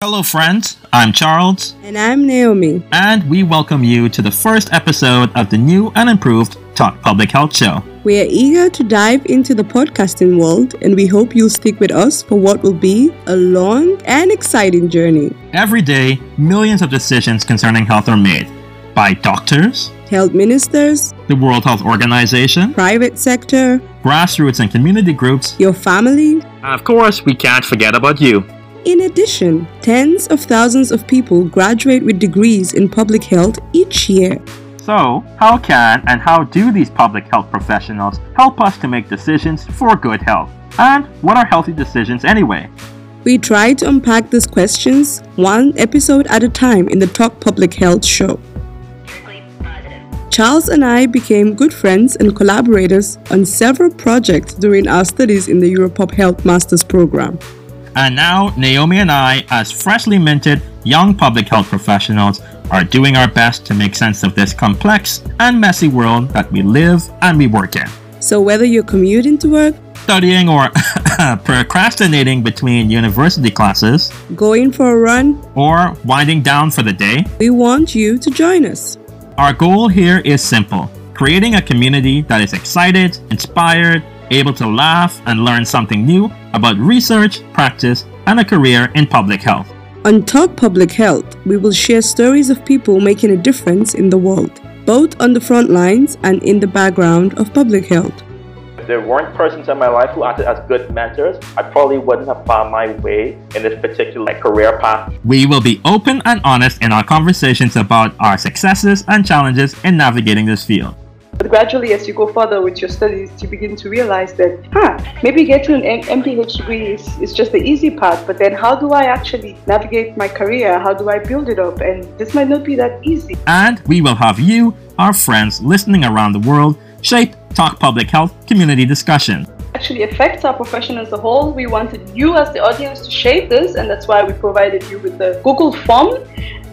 Hello, friends. I'm Charles, And I'm Naomi. and we welcome you to the first episode of the new and improved Talk Public Health Show. We are eager to dive into the podcasting world, and we hope you'll stick with us for what will be a long and exciting journey. Every day, millions of decisions concerning health are made by doctors, Health ministers, the World Health Organization, private sector, grassroots and community groups, your family. and of course, we can't forget about you. In addition, tens of thousands of people graduate with degrees in public health each year. So, how can and how do these public health professionals help us to make decisions for good health? And what are healthy decisions anyway? We try to unpack these questions one episode at a time in the Talk Public Health show. Charles and I became good friends and collaborators on several projects during our studies in the Europop Health Masters program. And now, Naomi and I, as freshly minted young public health professionals, are doing our best to make sense of this complex and messy world that we live and we work in. So, whether you're commuting to work, Studying or procrastinating between university classes, going for a run, or winding down for the day, we want you to join us. our goal here is simple creating a community that is excited, inspired, able to laugh, and learn something new about research, practice, and a career in public health. On Talk Public Health, we will share stories of people making a difference in the world, both on the front lines and in the background of public health. If there weren't persons in my life who acted as good mentors, I probably wouldn't have found my way in this particular like, career path. We will be open and honest in our conversations about our successes and challenges in navigating this field. But gradually, as you go further with your studies, you begin to realize that, huh, maybe getting an M- MPH degree is, is just the easy part, but then how do I actually navigate my career? How do I build it up? And this might not be that easy. And we will have you, our friends listening around the world, shape Talk Public Health community discussion. Actually affects our profession as a whole. We wanted you as the audience to shape this, and that's why we provided you with the Google form.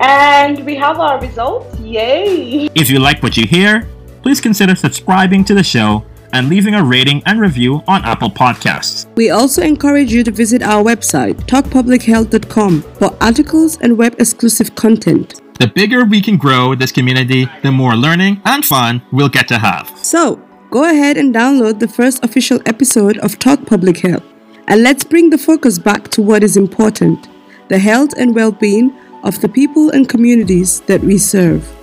And we have our results. Yay! If you like what you hear, please consider subscribing to the show and leaving a rating and review on Apple Podcasts. We also encourage you to visit our website, talkpublichealth.com, for articles and web exclusive content. The bigger we can grow this community, the more learning and fun we'll get to have. So, go ahead and download the first official episode of Talk Public Health. And let's bring the focus back to what is important the health and well being of the people and communities that we serve.